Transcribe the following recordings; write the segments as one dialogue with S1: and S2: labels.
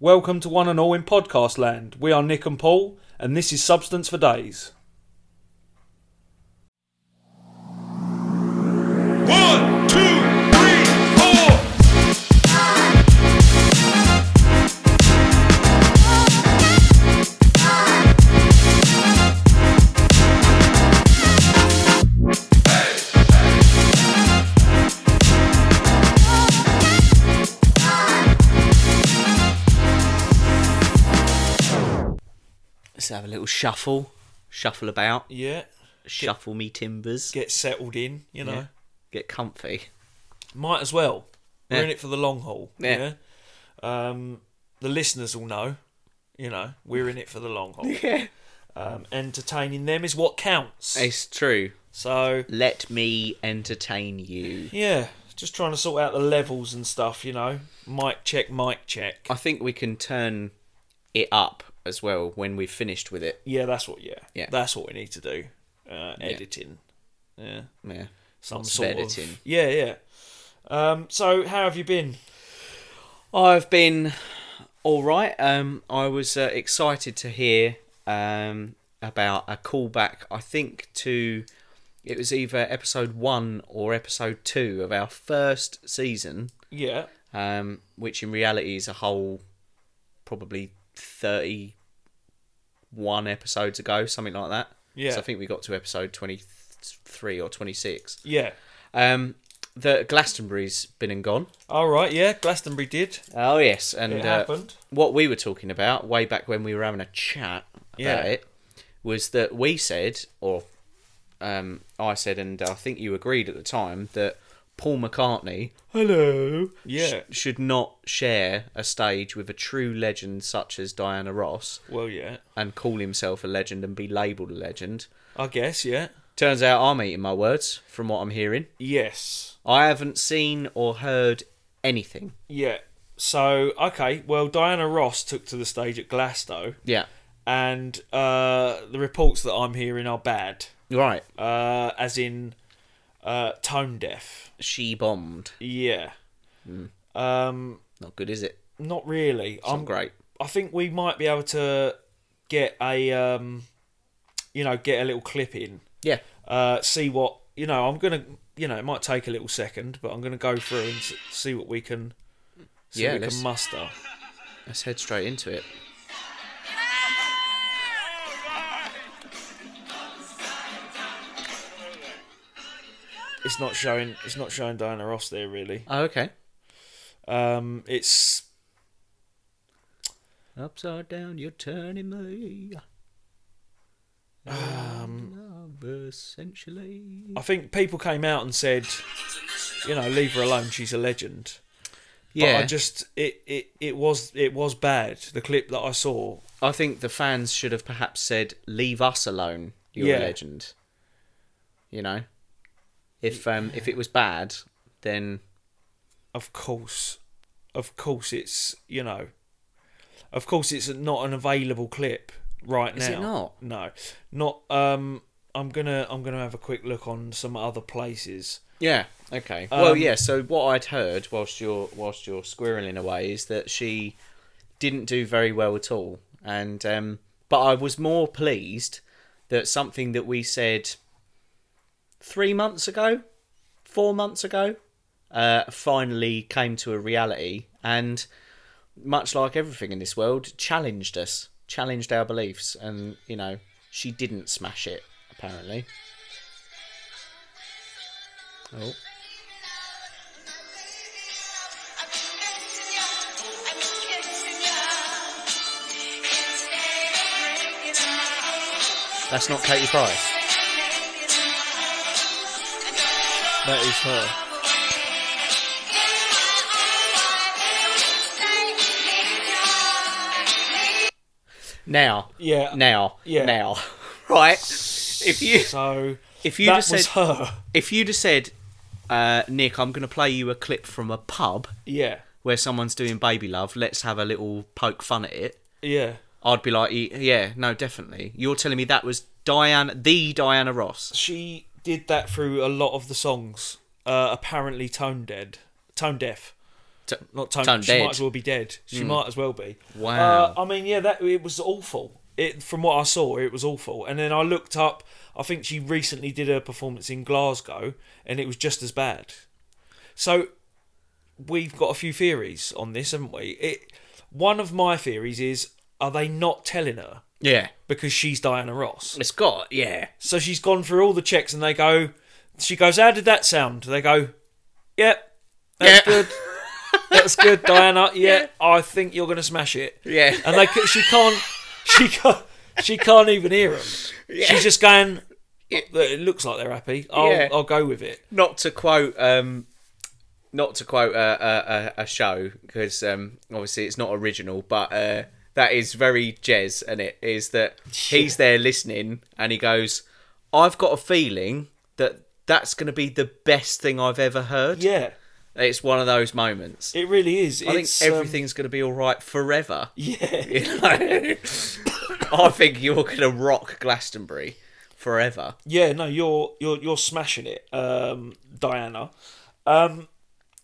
S1: Welcome to one and all in podcast land. We are Nick and Paul, and this is Substance for Days.
S2: One, two, three, four.
S3: Let's have a little shuffle, shuffle about,
S1: Yeah,
S3: shuffle me timbers, get,
S1: get settled in, you know.
S3: comfy.
S1: Might as well. We're
S3: Yeah.
S1: in it for the long haul.
S3: Yeah.
S1: yeah? Um, the listeners will know, you know, we're in it for the long haul.
S3: Yeah,
S1: Um, entertaining them is what counts.
S3: it's true.
S1: So,
S3: Let me entertain you.
S1: yeah, just trying to sort out the levels and stuff, you know. Mic check, mic check.
S3: I think we can turn it up as well when we've finished with it.
S1: Yeah, that's what. Yeah,
S3: Yeah.
S1: that's what we need to do. Uh, editing. Yeah,
S3: Yeah.
S1: some
S3: Lots of
S1: sort
S3: editing.
S1: of. Yeah, yeah. Um, so how have you been?
S3: I've been all right. Um, I was uh, excited to hear um, about a callback. I think to it was either episode one or episode two of our first season,
S1: Yeah,
S3: um, which in reality is a whole probably thirty-one episodes ago, something like that.
S1: Yeah.
S3: So I think we got to episode twenty-three or twenty-six.
S1: yeah.
S3: Um, the Glastonbury's been and gone.
S1: All right. Yeah, Glastonbury did.
S3: Oh yes, and
S1: It
S3: uh,
S1: happened.
S3: what we were talking about way back when we were having a chat about
S1: Yeah.
S3: it was that we said, or um, I said, and I think you agreed at the time that Paul McCartney
S1: Hello. Yeah.
S3: sh- should not share a stage with a true legend such as Diana Ross
S1: Well, yeah.
S3: and call himself a legend and be labelled a legend.
S1: I guess. Yeah.
S3: Turns out I'm eating my words from what I'm hearing.
S1: Yes.
S3: I haven't seen or heard anything.
S1: Yeah. So okay. Well, Diana Ross took to the stage at Glasgow,
S3: Yeah.
S1: and uh, the reports that I'm hearing are bad.
S3: Right.
S1: Uh, as in, uh, tone deaf.
S3: She bombed.
S1: Yeah. Um,
S3: Not good, is it?
S1: not really.
S3: Not
S1: I'm,
S3: great.
S1: I think we might be able to get a, um, you know, get a little clip in.
S3: Yeah.
S1: Uh, see what you know. I'm gonna, you know, it might take a little second, but I'm gonna go through and s- see what we can, see what
S3: Yeah,
S1: we
S3: let's-
S1: can muster.
S3: Let's head straight into it.
S1: It's not showing. It's not showing Diana Ross there really.
S3: Oh, okay.
S1: Um, it's
S3: Upside down, you're turning me. Um, essentially.
S1: I think people came out and said, you know, leave her alone. She's a legend. But
S3: Yeah,
S1: I just it, it it was it was bad. The clip that I saw.
S3: I think the fans should have perhaps said, "Leave us alone. You're
S1: Yeah.
S3: a legend." You know, if um if it was bad, then
S1: Of course, of course, it's you know, of course, it's not an available clip right
S3: Is
S1: now.
S3: it not?
S1: No, not. Um, I'm gonna I'm gonna have a quick look on some other places.
S3: yeah, okay. well,
S1: Um,
S3: yeah. So what I'd heard whilst you're whilst you're squirreling away is that she didn't do very well at all, and um, but I was more pleased that something that we said three months ago, four months ago, uh, finally came to a reality, and much like everything in this world, challenged us, challenged our beliefs, and you know she didn't smash it apparently. Oh. That's not Katie Price.
S1: That is her.
S3: Now.
S1: Yeah.
S3: Now.
S1: Yeah.
S3: Now. Right. If you
S1: So
S3: if you
S1: that
S3: just
S1: was
S3: said
S1: her.
S3: if you just said, uh, Nick, I'm going to play you a clip from a pub
S1: Yeah.
S3: where someone's doing baby love. Let's have a little poke fun at it.
S1: Yeah.
S3: I'd be like, "Y- yeah, no, definitely. You're telling me that was Diana, the Diana Ross.
S1: She did that through a lot of the songs. Uh, apparently tone dead, tone deaf.
S3: T-
S1: not Tony.
S3: Tone
S1: she
S3: dead. Hmm.
S1: might as well be dead. She might as well be.
S3: Wow.
S1: Uh, I mean, yeah, that it was awful. It from what I saw, it was awful. And then I looked up. I think she recently did her performance in Glasgow, and it was just as bad. So we've got a few theories on this, haven't we? It. One of my theories is: Are they not telling her
S3: Yeah.
S1: because she's Diana Ross?
S3: It's got yeah.
S1: So she's gone through all the checks, and they go. She goes, "How did that sound?" They go, "Yep, that's
S3: Yeah.
S1: good. That's good, Diana. Yeah, I think you're gonna smash it."
S3: Yeah.
S1: And they, ca- she can't, she can't, she can't even hear them. She's just going. It looks like they're happy. I'll,
S3: Yeah.
S1: I'll go with it.
S3: Not to quote um, not to quote a a, a, a show because um, obviously it's not original, but uh, that is very Jez, and it is that he's there listening and he goes, "I've got a feeling that that's going to be the best thing I've ever heard."
S1: Yeah,
S3: It's one of those moments.
S1: it really is.
S3: I think
S1: It's, um,
S3: everything's going to be all right forever.
S1: yeah,
S3: You know? I think you're going to rock Glastonbury forever.
S1: yeah. No, you're you're you're smashing it, um, Diana.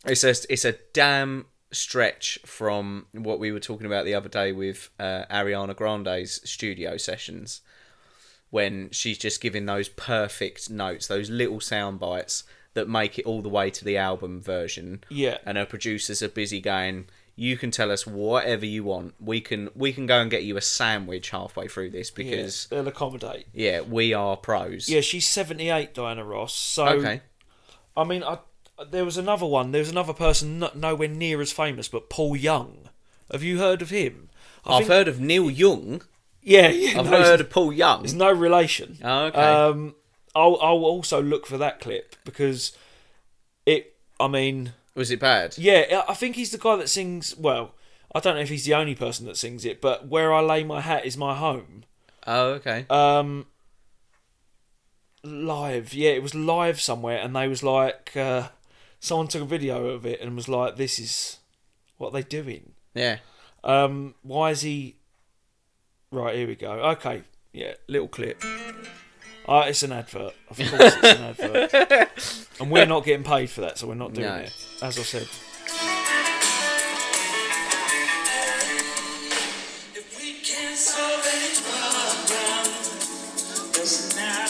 S3: It's a it's a damn stretch from what we were talking about the other day with uh, Ariana Grande's studio sessions, when she's just giving those perfect notes, those little sound bites that make it all the way to the album version.
S1: Yeah.
S3: and her producers are busy going. You can tell us whatever you want. We can we can go and get you a sandwich halfway through this
S1: Yeah,
S3: because
S1: they'll accommodate.
S3: yeah, we are pros.
S1: Yeah, she's seventy-eight, Diana Ross. So
S3: Okay.
S1: I mean, I, there was another one. There was another person not nowhere near as famous, but Paul Young. Have you heard of him? I
S3: I've
S1: think-
S3: heard of Neil Young.
S1: Yeah, yeah.
S3: I've
S1: no,
S3: heard
S1: There's
S3: of Paul Young.
S1: there's no relation.
S3: Oh, okay.
S1: Um, I'll I'll also look for that clip because it. I mean,
S3: Was it bad?
S1: yeah, I I think he's the guy that sings. Well, I don't know if he's the only person that sings it, but "Where I Lay My Hat Is My Home."
S3: Oh, okay.
S1: Um, live, yeah, it was live somewhere, and they was like, uh, someone took a video of it and was like, "This is what are they doing."
S3: yeah.
S1: Um, why is he? Right here we go. Okay, yeah, little clip. Ah, it's an advert. Of course, it's an advert. And we're not getting paid for that, so we're not doing
S3: No.
S1: it. As I said,
S4: If we can't solve any problem, doesn't now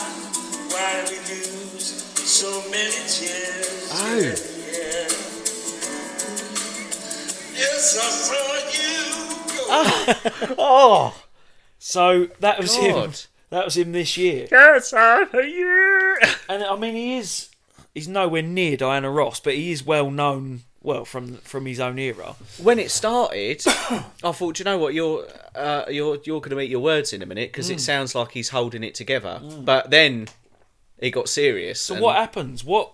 S4: why we lose so many tears?
S3: Oh.
S4: Yes, I saw you go.
S3: Oh.
S1: so that was him.
S3: God.
S1: That was him this year.
S3: That's over you.
S1: And I mean, he is. He's nowhere near Diana Ross, but he is well known. Well, from from his own era.
S3: When it started, I thought, you know what, you're uh, you're you're going to eat your words in a minute because it sounds like he's holding it together. But then it got serious.
S1: So what happens? What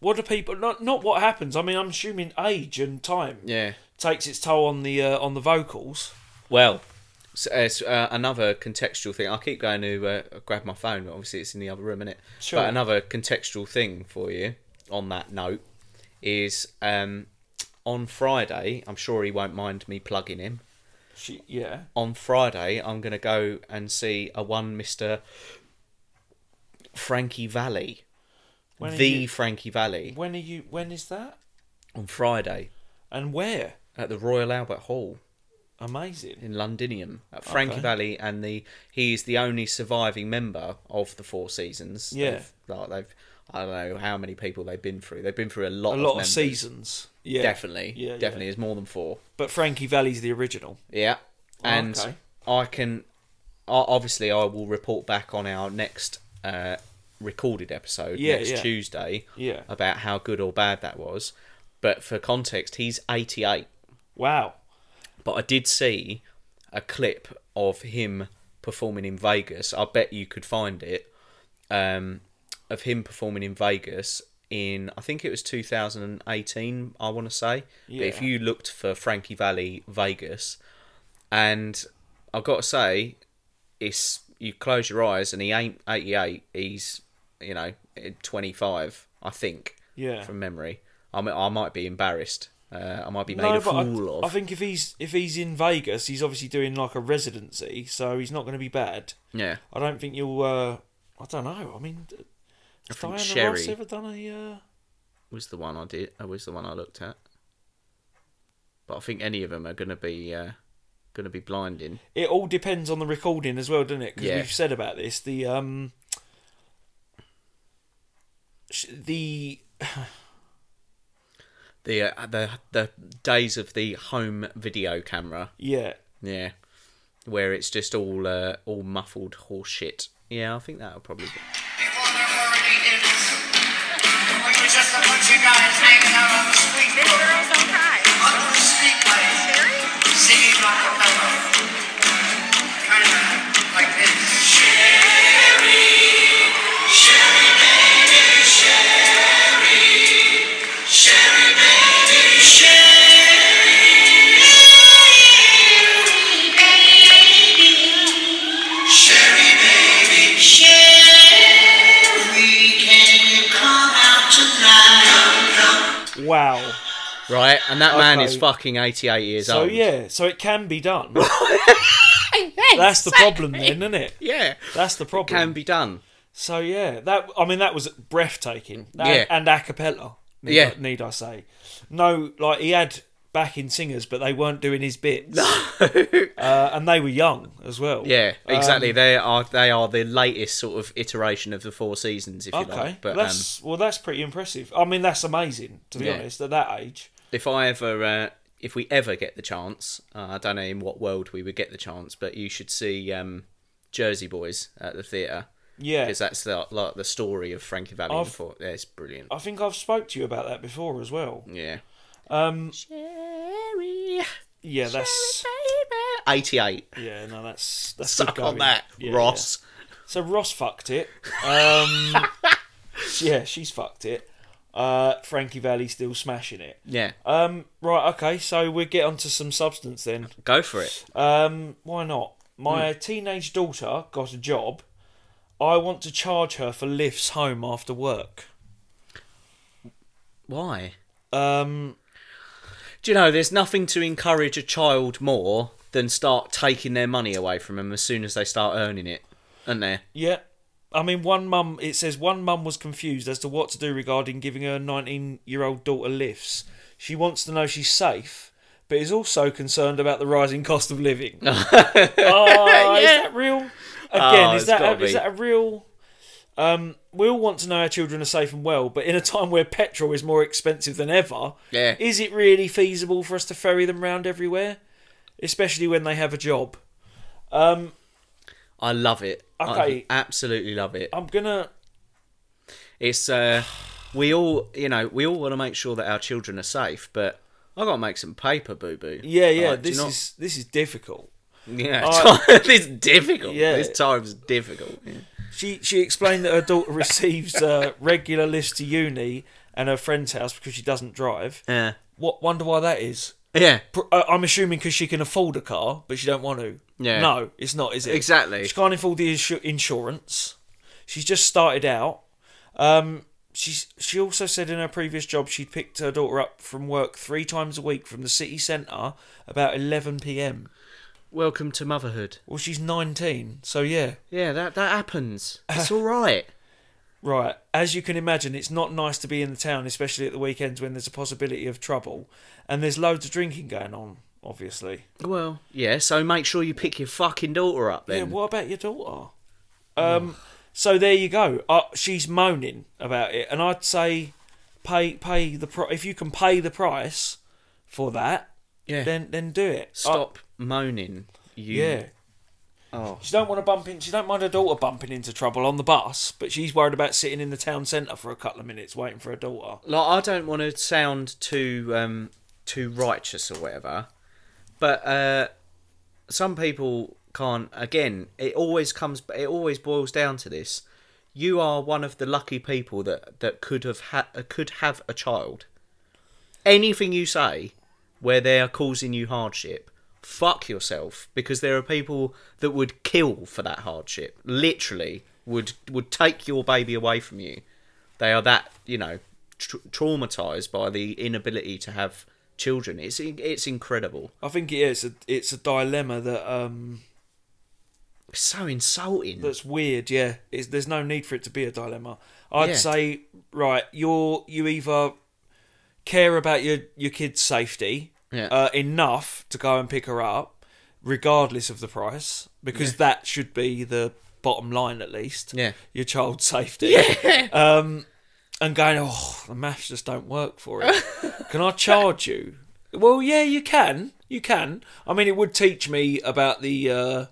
S1: what do people? Not not what happens. I mean, I'm assuming age and time
S3: Yeah.
S1: takes its toll on the uh, on the vocals.
S3: Well, so, uh, so, uh, another contextual thing. I keep going to uh, grab my phone, but obviously it's in the other room, is
S1: Sure.
S3: But another contextual thing for you on that note is um, on Friday. I'm sure he won't mind me plugging him.
S1: She, yeah.
S3: on Friday, I'm going to go and see a one Mr. Frankie Valley.
S1: When are
S3: the
S1: you-
S3: Frankie Valley.
S1: When are you? When is that?
S3: On Friday
S1: And where?
S3: at the Royal Albert Hall
S1: Amazing.
S3: in Londinium. At Frankie
S1: Okay.
S3: Valley, and the he is the only surviving member of the Four Seasons.
S1: Yeah.
S3: They've, like, they've, I don't know how many people they've been through. They've been through a lot
S1: A
S3: of
S1: lot of
S3: members.
S1: seasons. Yeah,
S3: Definitely.
S1: Yeah, yeah.
S3: definitely. There's more than four.
S1: But Frankie Valley's the original.
S3: Yeah, and
S1: Oh, okay.
S3: I can I- obviously I will report back on our next uh, recorded episode
S1: Yeah,
S3: next
S1: yeah.
S3: Tuesday
S1: Yeah.
S3: about how good or bad that was. But for context, he's 88.
S1: Wow.
S3: But I did see a clip of him performing in Vegas. I bet you could find it. Um, of him performing in Vegas in I think it was 2018. I want to say. But if
S1: Yeah.
S3: you looked for Frankie Valley Vegas, and I've got to say, it's you close your eyes and he ain't 88. He's you know 25. I think.
S1: Yeah.
S3: From memory, I mean, I might be embarrassed. Uh, I might be made
S1: No,
S3: a
S1: but I,
S3: fool of.
S1: I think if he's if he's in Vegas, he's obviously doing like a residency, so he's not going to be bad.
S3: Yeah.
S1: I don't think you'll. Uh, I don't know. I mean, has Diana
S3: think
S1: Ross
S3: Sherry-
S1: ever done a? Uh,
S3: was the one I did. That was the one I looked at. but I think any of them are going to be uh, going to be blinding.
S1: It all depends on the recording as well, doesn't it? Because
S3: Yeah.
S1: we've said about this the um sh- the
S3: The uh, the the days of the home video camera,
S1: yeah
S3: yeah, where it's just all uh, all muffled horse shit. Yeah, I think that'll probably. Be...
S5: Before there were any idiots, we were just a bunch of guys hanging out on the street,
S6: This girl's on cry.
S5: under the streetlight,
S6: Serious?
S5: singing Rockefeller, kind of like this.
S1: wow.
S3: Right, and that man is
S1: Okay.
S3: fucking eighty eight years
S1: So
S3: old.
S1: yeah, so it can be done. That's the problem, then, isn't it?
S3: yeah,
S1: That's the problem.
S3: can be done.
S1: So yeah, that I mean that was breathtaking. That,
S3: Yeah.
S1: and a cappella. Need,
S3: Yeah.
S1: I, need I say? No, like he had backing singers, but they weren't doing his bits. uh, and they were young as well.
S3: Yeah,
S1: Um,
S3: exactly. they are they are the latest sort of iteration of the Four Seasons, if you
S1: okay,
S3: like. But um,
S1: that's well, that's pretty impressive. I mean, that's amazing to be
S3: Yeah.
S1: honest at that age.
S3: if I ever, uh, if we ever get the chance, uh, I don't know in what world we would get the chance, but you should see um, Jersey Boys at the theatre
S1: Yeah,
S3: because that's the like the story of Frankie Valley.
S1: I've-
S3: and Four. Yeah, it's brilliant.
S1: I think I've spoke to you about that before as well.
S3: yeah,
S1: Um, Yeah, that's
S3: eighty-eight.
S1: yeah, no, that's that's good
S3: Suck
S1: going.
S3: on that,
S1: Yeah, yeah.
S3: Ross.
S1: So Ross fucked it. Um, yeah, she's fucked it. Uh, Frankie Valley still smashing it.
S3: Yeah,
S1: Um, right, okay, so we'll get onto some substance then.
S3: go for it.
S1: Um, why not? My teenage daughter got a job. I want to charge her for lifts home after work.
S3: Why?
S1: Um,
S3: Do you know? There's nothing to encourage a child more than start taking their money away from them as soon as they start earning it, and there.
S1: yeah. I mean, one mum, it says one mum was confused as to what to do regarding giving her 19 year old daughter lifts. She wants to know she's safe, but is also concerned about the rising cost of living. oh, Is that real? Again,
S3: Oh,
S1: is,
S3: it's
S1: that
S3: gotta
S1: a, is
S3: be.
S1: that a real. Um, we all want to know our children are safe and well, but in a time where petrol is more expensive than ever,
S3: Yeah.
S1: is it really feasible for us to ferry them round everywhere? Especially when they have a job.
S3: I love it.
S1: Okay.
S3: I absolutely love it.
S1: I'm gonna
S3: It's uh, we all, you know, we all want to make sure that our children are safe, but I got to make some paper, boo boo.
S1: Yeah, yeah.
S3: Like, do you
S1: this
S3: not-
S1: is this is difficult.
S3: yeah.
S1: I-
S3: this is difficult.
S1: Yeah.
S3: this time's difficult. Yeah.
S1: She she explained that her daughter receives uh, regular lifts to uni and her friend's house because she doesn't drive.
S3: yeah,
S1: What wonder why that is?
S3: yeah,
S1: Pr- uh, I'm assuming because she can afford a car, but she don't want to.
S3: Yeah.
S1: No, it's not, is it?
S3: Exactly.
S1: She can't afford the insu- insurance. She's just started out. Um, she's she also said in her previous job she picked her daughter up from work three times a week from the city centre about 11 p.m.
S3: Welcome to motherhood.
S1: Well, she's 19, so yeah.
S3: Yeah, that that happens. It's all right.
S1: Right. As you can imagine, it's not nice to be in the town, especially at the weekends when there's a possibility of trouble. And there's loads of drinking going on, obviously.
S3: Well, yeah. So make sure you pick your fucking daughter up
S1: Yeah,
S3: then.
S1: what about your daughter? Um, so there you go. Uh, she's moaning about it. And I'd say pay pay the pri- if you can pay the price for that,
S3: yeah.
S1: then then do it.
S3: Stop moaning. You.
S1: Yeah.
S3: Oh.
S1: She don't want to bump in. She don't mind her daughter bumping into trouble on the bus, but she's worried about sitting in the town centre for a couple of minutes waiting for her daughter.
S3: like I don't want to sound too um, too righteous or whatever, but uh, some people can't. Again, it always comes. It always boils down to this: you are one of the lucky people that that could have ha- could have a child. Anything you say, where they are causing you hardship, fuck yourself because there are people that would kill for that hardship. Literally, would would take your baby away from you they are that you know tr traumatized by the inability to have children it's it's incredible
S1: I think it is. A, it's a dilemma that um
S3: it's so insulting
S1: that's weird. Yeah, it's, there's no need for it to be a dilemma. I'd
S3: Yeah.
S1: say right, you're you either care about your your kid's safety
S3: Yeah.
S1: uh, enough to go and pick her up, regardless of the price, because that should be the bottom line at least.
S3: Yeah.
S1: Your child's safety. Um, and going, oh, the maths just don't work for it. can I charge you? Well, yeah, you can. You can. I mean, it would teach me about the uh,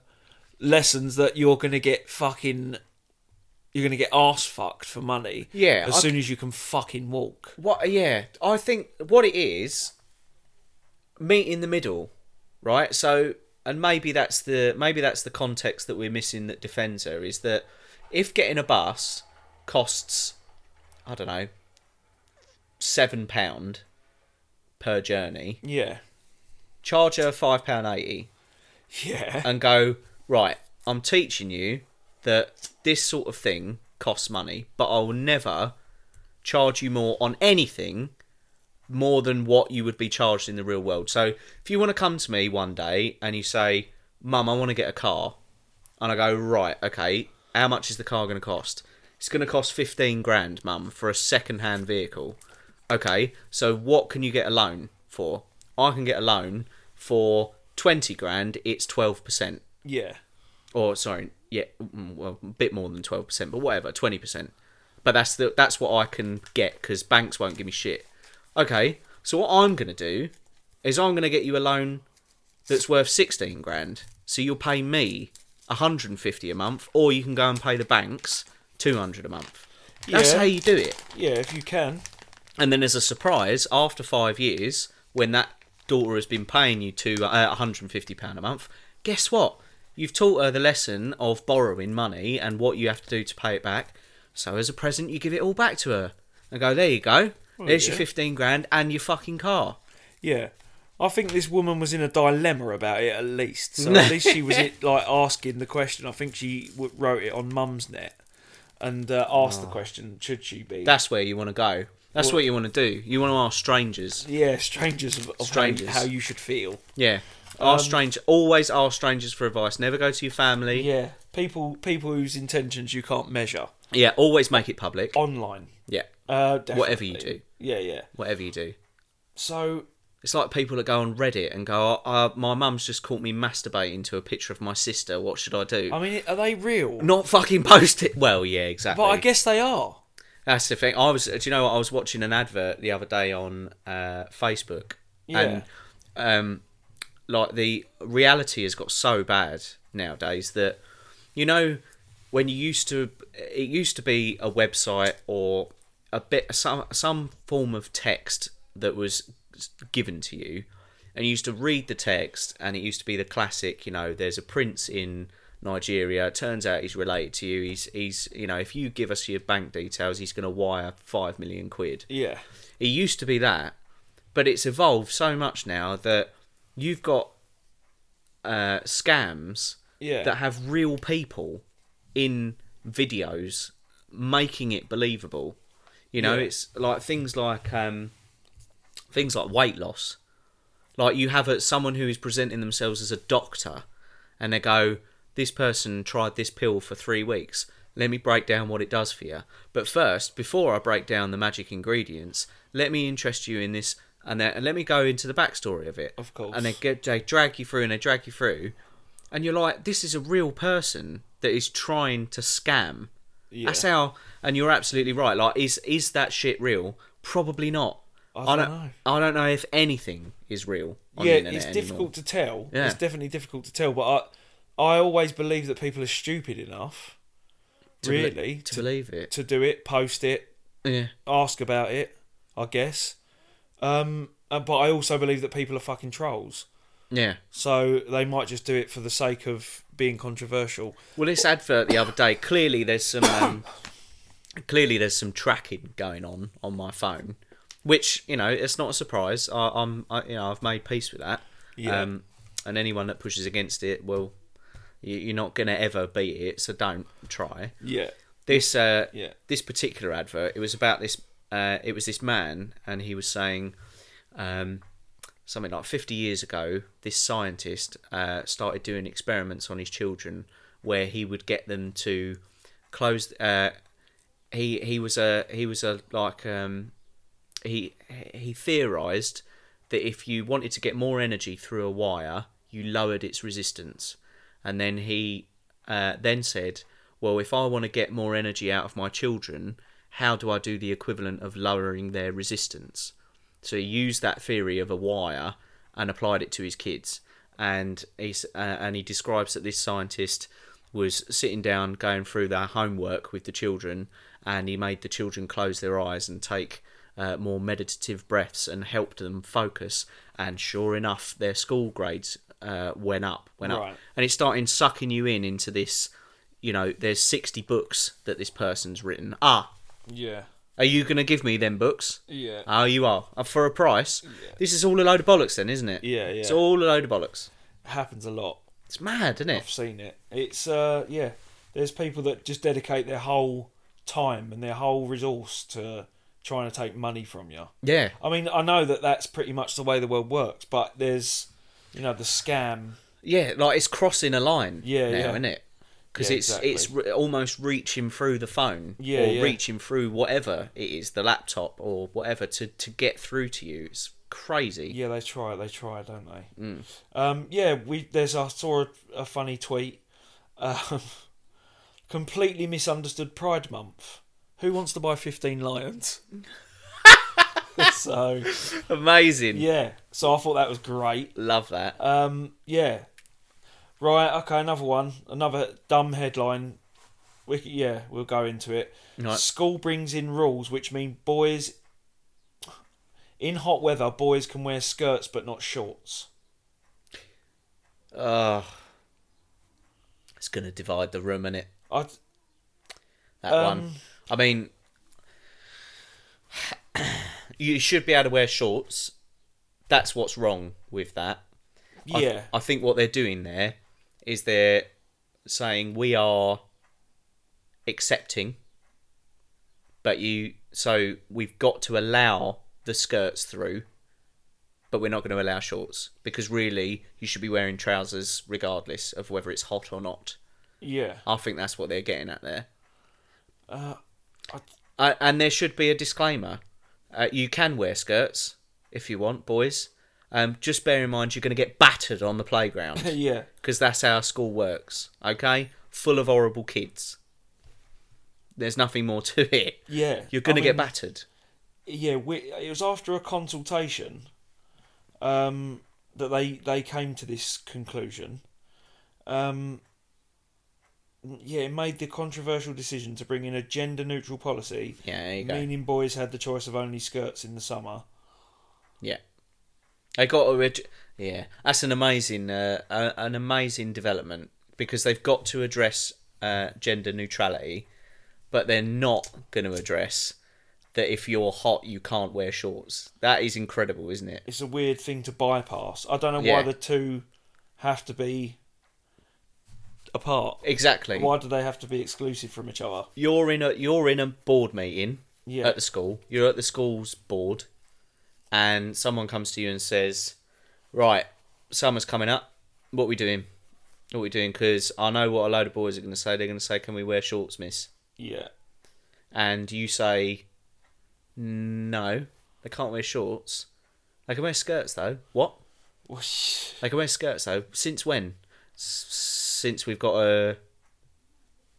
S1: lessons that you're going to get fucking. You're going to get ass fucked for money.
S3: Yeah,
S1: As
S3: I-
S1: soon as you can fucking walk.
S3: What? Yeah, I think what it is, meet in the middle, right? So, and maybe that's the maybe that's the context that we're missing that defends her is that if getting a bus costs, I don't know, seven pound per journey,
S1: Yeah.
S3: charge her five pound eighty
S1: Yeah.
S3: and go right. I'm teaching you that this sort of thing costs money, but I will never charge you more on anything more than what you would be charged in the real world. So if you want to come to me one day and you say, "Mum, I want to get a car," and I go, "Right, okay, how much is the car going to cost?" It's going to cost fifteen grand, Mum, for a second-hand vehicle. Okay, so what can you get a loan for? I can get a loan for twenty grand. It's twelve percent
S1: yeah.
S3: or sorry, yeah, mm, well, a bit more than twelve percent, but whatever, twenty percent. But that's the that's what I can get because banks won't give me shit. Okay, so what I'm gonna do is I'm gonna get you a loan that's worth sixteen grand. So you'll pay me hundred and fifty a month, or you can go and pay the banks two hundred a month. That's
S1: Yeah.
S3: how you do it.
S1: Yeah, if you can.
S3: And then as a surprise, after five years, when that daughter has been paying you to uh, £150 a month, guess what? You've taught her the lesson of borrowing money and what you have to do to pay it back. So as a present, you give it all back to her and go, there you go. There's your
S1: yeah.
S3: 15 grand and your fucking car.
S1: Yeah. I think this woman was in a dilemma about it at least. So at least she was it, like asking the question. I think she w- wrote it on Mum's Net and uh, asked
S3: Oh.
S1: the question, should she be?
S3: That's where you want to go. That's what you want to do. You want to ask strangers.
S1: yeah, strangers of, of strangers.
S3: Strangers.
S1: How, you should feel.
S3: Yeah. Ask stranger. Always ask strangers for advice. Never go to your family. Yeah.
S1: Yeah, people people whose intentions you can't measure
S3: always make it
S1: Oh.
S3: public.
S1: online.
S3: Yeah.
S1: Uh, definitely.
S3: Whatever you do.
S1: Yeah, yeah.
S3: Whatever you do.
S1: So
S3: It's like people that go on Reddit and go, uh, "My mum's just caught me masturbating to a picture of my sister. What should I do?"
S1: I mean, are they real?
S3: Not fucking post it. Well, yeah, exactly.
S1: but I guess they are.
S3: that's the thing. I was, do you know, what? I was watching an advert the other day on uh, Facebook,
S1: Yeah.
S3: and um, like the reality has got so bad nowadays that you know when you used to, it used to be a website or a bit some some form of text that was given to you, and you used to read the text, and it used to be the classic, you know, there's a prince in. Nigeria. It turns out he's related to you. He's he's you know if you give us your bank details, he's going to wire five million quid.
S1: Yeah,
S3: It used to be that, but it's evolved so much now that you've got uh, scams
S1: Yeah.
S3: that have real people in videos making it believable. You know,
S1: Yeah.
S3: it's like things like um, things like weight loss. Like you have a, someone who is presenting themselves as a doctor, and they go, "This person tried this pill for three weeks. Let me break down what it does for you." But first, before I break down the magic ingredients, let me interest you in this, and, then, and let me go into the backstory of it.
S1: Of course.
S3: And they get they drag you through and they drag you through, and you're like, "This is a real person that is trying to scam."
S1: yeah.
S3: That's how, and you're absolutely right. Like, is is that shit real? Probably not. I
S1: don't know.
S3: I don't know if anything is real. On
S1: yeah, it's
S3: the internet anymore.
S1: difficult to tell.
S3: Yeah.
S1: It's definitely difficult to tell. But I, I always believe that people are stupid enough,
S3: belie-
S1: really,
S3: to,
S1: to,
S3: believe it.
S1: to do it, post it,
S3: yeah,
S1: ask about it. I guess. Um, uh, but I also believe that people are fucking trolls.
S3: yeah.
S1: So they might just do it for the sake of being controversial.
S3: Well, this advert the other day. Clearly, there's some. Um, clearly, there's some tracking going on on my phone, which you know it's not a surprise. I, I'm, I, you know, I've made peace with that.
S1: Yeah.
S3: Um, and anyone that pushes against it, well, you, you're not gonna ever beat it, so don't try.
S1: Yeah.
S3: this uh,
S1: Yeah.
S3: this particular advert it was about this uh, it was this man and he was saying um, something like 50 years ago this scientist uh, started doing experiments on his children where he would get them to close uh, he he was a he was a like um, he he theorized that if you wanted to get more energy through a wire, you lowered its resistance. And then he uh, then said, Well, if I want to get more energy out of my children, how do I do the equivalent of lowering their resistance? So he used that theory of a wire and applied it to his kids. And he s- uh, and he describes that this scientist was sitting down, going through their homework with the children, and he made the children close their eyes and take uh, more meditative breaths and helped them focus. And sure enough, their school grades uh, went up, went
S1: Right.
S3: up, and it's starting sucking you in into this. You know, there's 60 books that this person's written. Ah,
S1: Yeah.
S3: are you going to give me them books?
S1: Yeah.
S3: Oh, you are. Uh, For a price? This is all a load of bollocks then, isn't it?
S1: Yeah, yeah.
S3: It's all a load of bollocks.
S1: happens a lot.
S3: It's mad, isn't
S1: I've
S3: it?
S1: seen it. It's uh yeah. There's people that just dedicate their whole time and their whole resource to trying to take money from you.
S3: Yeah.
S1: I mean, I know that that's pretty much the way the world works, but there's you know the scam.
S3: Yeah, like it's crossing a line
S1: Yeah,
S3: now,
S1: yeah.
S3: isn't it? Because
S1: Yeah,
S3: it's it's re- almost reaching through the phone
S1: Yeah,
S3: or
S1: yeah.
S3: reaching through whatever it is, the laptop or whatever, to, to get through to you. It's crazy.
S1: Yeah, they try. They try, don't they? Um, yeah, we there's I saw a, a funny tweet. Um, completely misunderstood Pride Month. Who wants to buy fifteen lions? so
S3: Amazing.
S1: yeah, so I thought that was great.
S3: Love that.
S1: Um, yeah. Right, okay, another one. Another dumb headline. We, c- yeah, we'll go into it.
S3: Right.
S1: School brings in rules which mean boys. In hot weather, boys can wear skirts but not shorts.
S3: oh. It's going to divide the room, is it?
S1: I,
S3: that one. I mean, you should be able to wear shorts. That's what's wrong with that. I th-
S1: yeah,
S3: I, think what they're doing there is they're saying we are accepting, but you. So we've got to allow the skirts through, but we're not going to allow shorts because really you should be wearing trousers regardless of whether it's hot or not.
S1: yeah.
S3: I think that's what they're getting at there.
S1: I-
S3: Uh, and there should be a disclaimer. Uh, you can wear skirts if you want, boys. Um, just bear in mind you're going to get battered on the playground
S1: Yeah.
S3: because that's how school works. Okay, full of horrible kids. There's nothing more to it.
S1: Yeah.
S3: You're going
S1: I
S3: to get
S1: mean-
S3: battered.
S1: yeah, we, it was after a consultation um, that they they came to this conclusion. Um, yeah, it made the controversial decision to bring in a gender neutral policy,
S3: Yeah, there you go.
S1: meaning boys had the choice of only skirts in the summer.
S3: Yeah, they got a. Reg- yeah, that's an amazing, uh, a, an amazing development because they've got to address uh, gender neutrality, but they're not going to address that if you're hot you can't wear shorts. That is incredible, isn't it?
S1: It's a weird thing to bypass. I don't know
S3: Yeah.
S1: why the two have to be apart.
S3: Exactly.
S1: Why do they have to be exclusive from each other?
S3: You're in a you're in a board meeting
S1: Yeah.
S3: at the school. You're at the school's board, and someone comes to you and says, "Right, summer's coming up. What we doing? What we doing? Because I know what a load of boys are going to say. They're going to say, "Can we wear shorts, miss?"
S1: Yeah,
S3: and you say, no, they can't wear shorts. They can wear skirts though. What? They can wear skirts though. Since when? S- since we've got to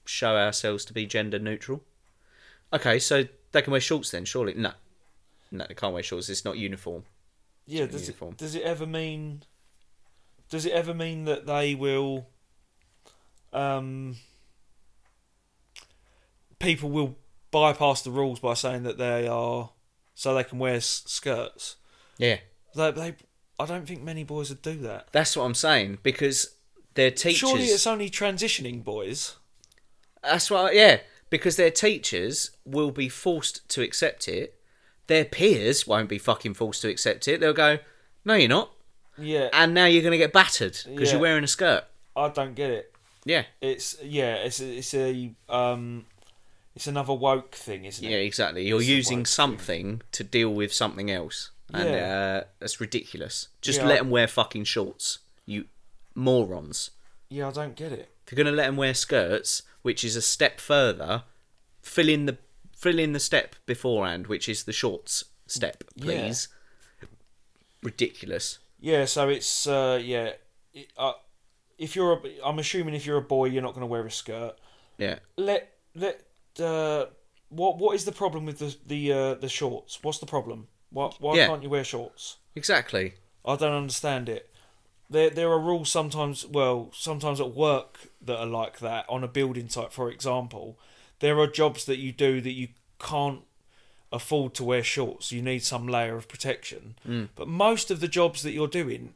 S3: show ourselves to be gender neutral. Okay, so they can wear shorts then, surely? No. No, they can't wear shorts. It's not uniform.
S1: yeah.
S3: in
S1: Does
S3: uniform.
S1: it, does it ever mean? Does it ever mean that they will? Um, people will bypass the rules by saying that they are so they can wear s- skirts.
S3: Yeah.
S1: They, they, I don't think many boys would do that.
S3: That's what I'm saying because their teachers.
S1: Surely it's only transitioning boys.
S3: That's why, yeah, because their teachers will be forced to accept it. Their peers won't be fucking forced to accept it. They'll go, no, you're not,
S1: Yeah,
S3: and now you're going to get battered because
S1: Yeah.
S3: you're wearing a skirt.
S1: I don't get it.
S3: Yeah,
S1: It's yeah, it's a- it's a um, it's another woke thing, isn't
S3: yeah,
S1: it?
S3: exactly. You're using
S1: white
S3: something to deal with something else, and
S1: Yeah.
S3: uh, that's ridiculous. Just
S1: Yeah.
S3: let them wear fucking shorts, you morons.
S1: Yeah, I don't get it.
S3: If you're going to let them wear skirts, which is a step further, fill in the fill in the step beforehand, which is the shorts step,
S1: Yeah.
S3: please. ridiculous.
S1: Yeah, so it's uh, yeah. It, uh, if you're, a, I'm assuming if you're a boy, you're not going to wear a skirt.
S3: Yeah.
S1: Let let uh, what what is the problem with the the uh, the shorts? What's the problem? Why why
S3: Yeah.
S1: can't you wear shorts?
S3: Exactly.
S1: I don't understand it. There there are rules sometimes. Well, sometimes at work that are like that on a building site, for example. There are jobs that you do that you can't afford to wear shorts. You need some layer of protection.
S3: Mm.
S1: But most of the jobs that you're doing,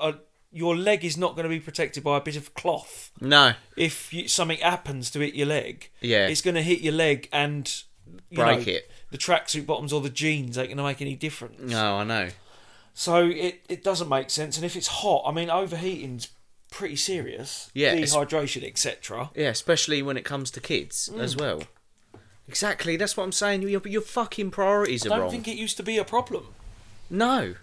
S1: are, your leg is not going to be protected by a bit of cloth.
S3: No.
S1: If you, something happens to hit your leg,
S3: Yeah.
S1: it's going to hit your leg and you
S3: Break
S1: know,
S3: it.
S1: The tracksuit bottoms or the jeans ain't going to make any difference.
S3: No, I know.
S1: So it, it doesn't make sense. And if it's hot, I mean, overheating's pretty serious.
S3: Yeah, it's-
S1: Dehydration, etc.
S3: Yeah, especially when it comes to kids
S1: Mm.
S3: as well. Exactly. That's what I'm saying. Your your fucking priorities are
S1: Don't
S3: wrong.
S1: think it used to be a problem.
S3: No.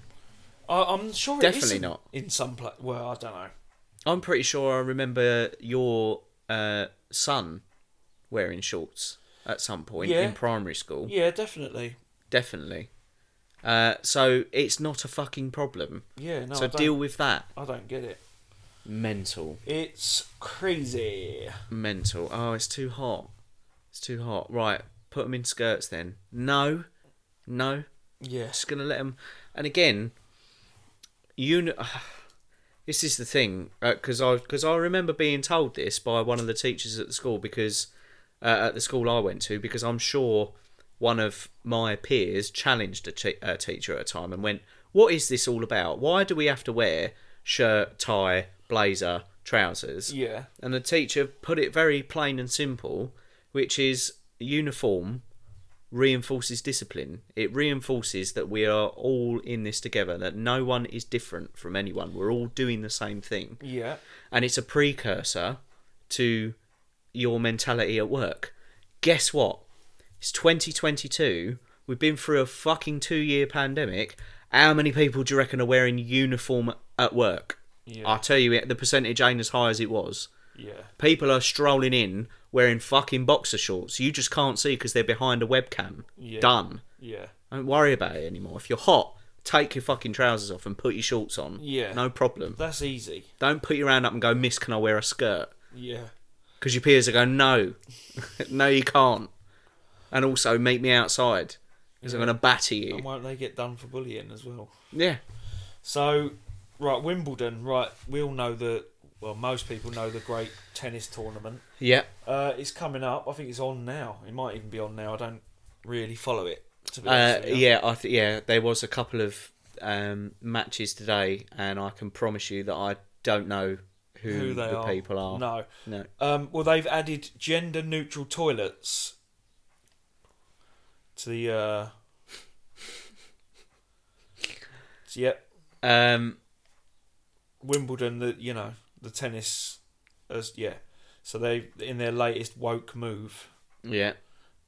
S1: I, I'm sure it
S3: Definitely
S1: isn't
S3: not.
S1: in some pla Well, I don't know.
S3: I'm pretty sure I remember your uh, son wearing shorts at some point
S1: Yeah.
S3: in primary school.
S1: Yeah, definitely.
S3: Definitely. Uh, so it's not a fucking problem.
S1: Yeah, no,
S3: so
S1: I don't-
S3: deal with that.
S1: I don't get it.
S3: Mental.
S1: It's crazy.
S3: Mental. Oh, it's too hot. It's too hot. Right, put them in skirts then. No. No.
S1: Yes.
S3: Just going to let them. And again, you know. This is the thing, because I because I remember being told this by one of the teachers at the school because uh, at the school I went to because I'm sure one of my peers challenged a, t- a teacher at a time and went, "What is this all about? Why do we have to wear shirt, tie, blazer, trousers?"
S1: Yeah.
S3: and the teacher put it very plain and simple, which is uniform reinforces discipline. It reinforces that we are all in this together, that no one is different from anyone. We're all doing the same thing.
S1: Yeah.
S3: And it's a precursor to your mentality at work. Guess what? It's 2022. We've been through a fucking two year pandemic. How many people do you reckon are wearing uniform at work?
S1: Yeah.
S3: I'll tell you, it- the percentage ain't as high as it was.
S1: Yeah.
S3: People are strolling in wearing fucking boxer shorts. You just can't see because they're behind a webcam.
S1: Yeah.
S3: Done.
S1: Yeah.
S3: Don't worry about it anymore. If you're hot, take your fucking trousers off and put your shorts on.
S1: Yeah.
S3: No problem.
S1: That's easy.
S3: Don't put your hand up and go, Miss, can I wear a skirt?
S1: Yeah.
S3: Because your peers are going, no. no, you can't. And also, meet me outside because I'm going to batter
S1: And
S3: you.
S1: won't they get done for bullying as well?
S3: Yeah.
S1: So, right, Wimbledon. Right, we all know the. Well, most people know the great tennis tournament.
S3: Yeah.
S1: Uh, it's coming up. I think it's on now. It might even be on now. I don't really follow it. To be
S3: Uh,
S1: honest with you.
S3: yeah, I th- yeah, there was a couple of um, matches today, and I can promise you that I don't know who,
S1: Who they
S3: the
S1: are?
S3: people are.
S1: No.
S3: no.
S1: Um, well, they've added gender-neutral toilets to the. Uh... so, yep,
S3: Um,
S1: Wimbledon. The you know the tennis, as yeah. So they in their latest woke move,
S3: yeah,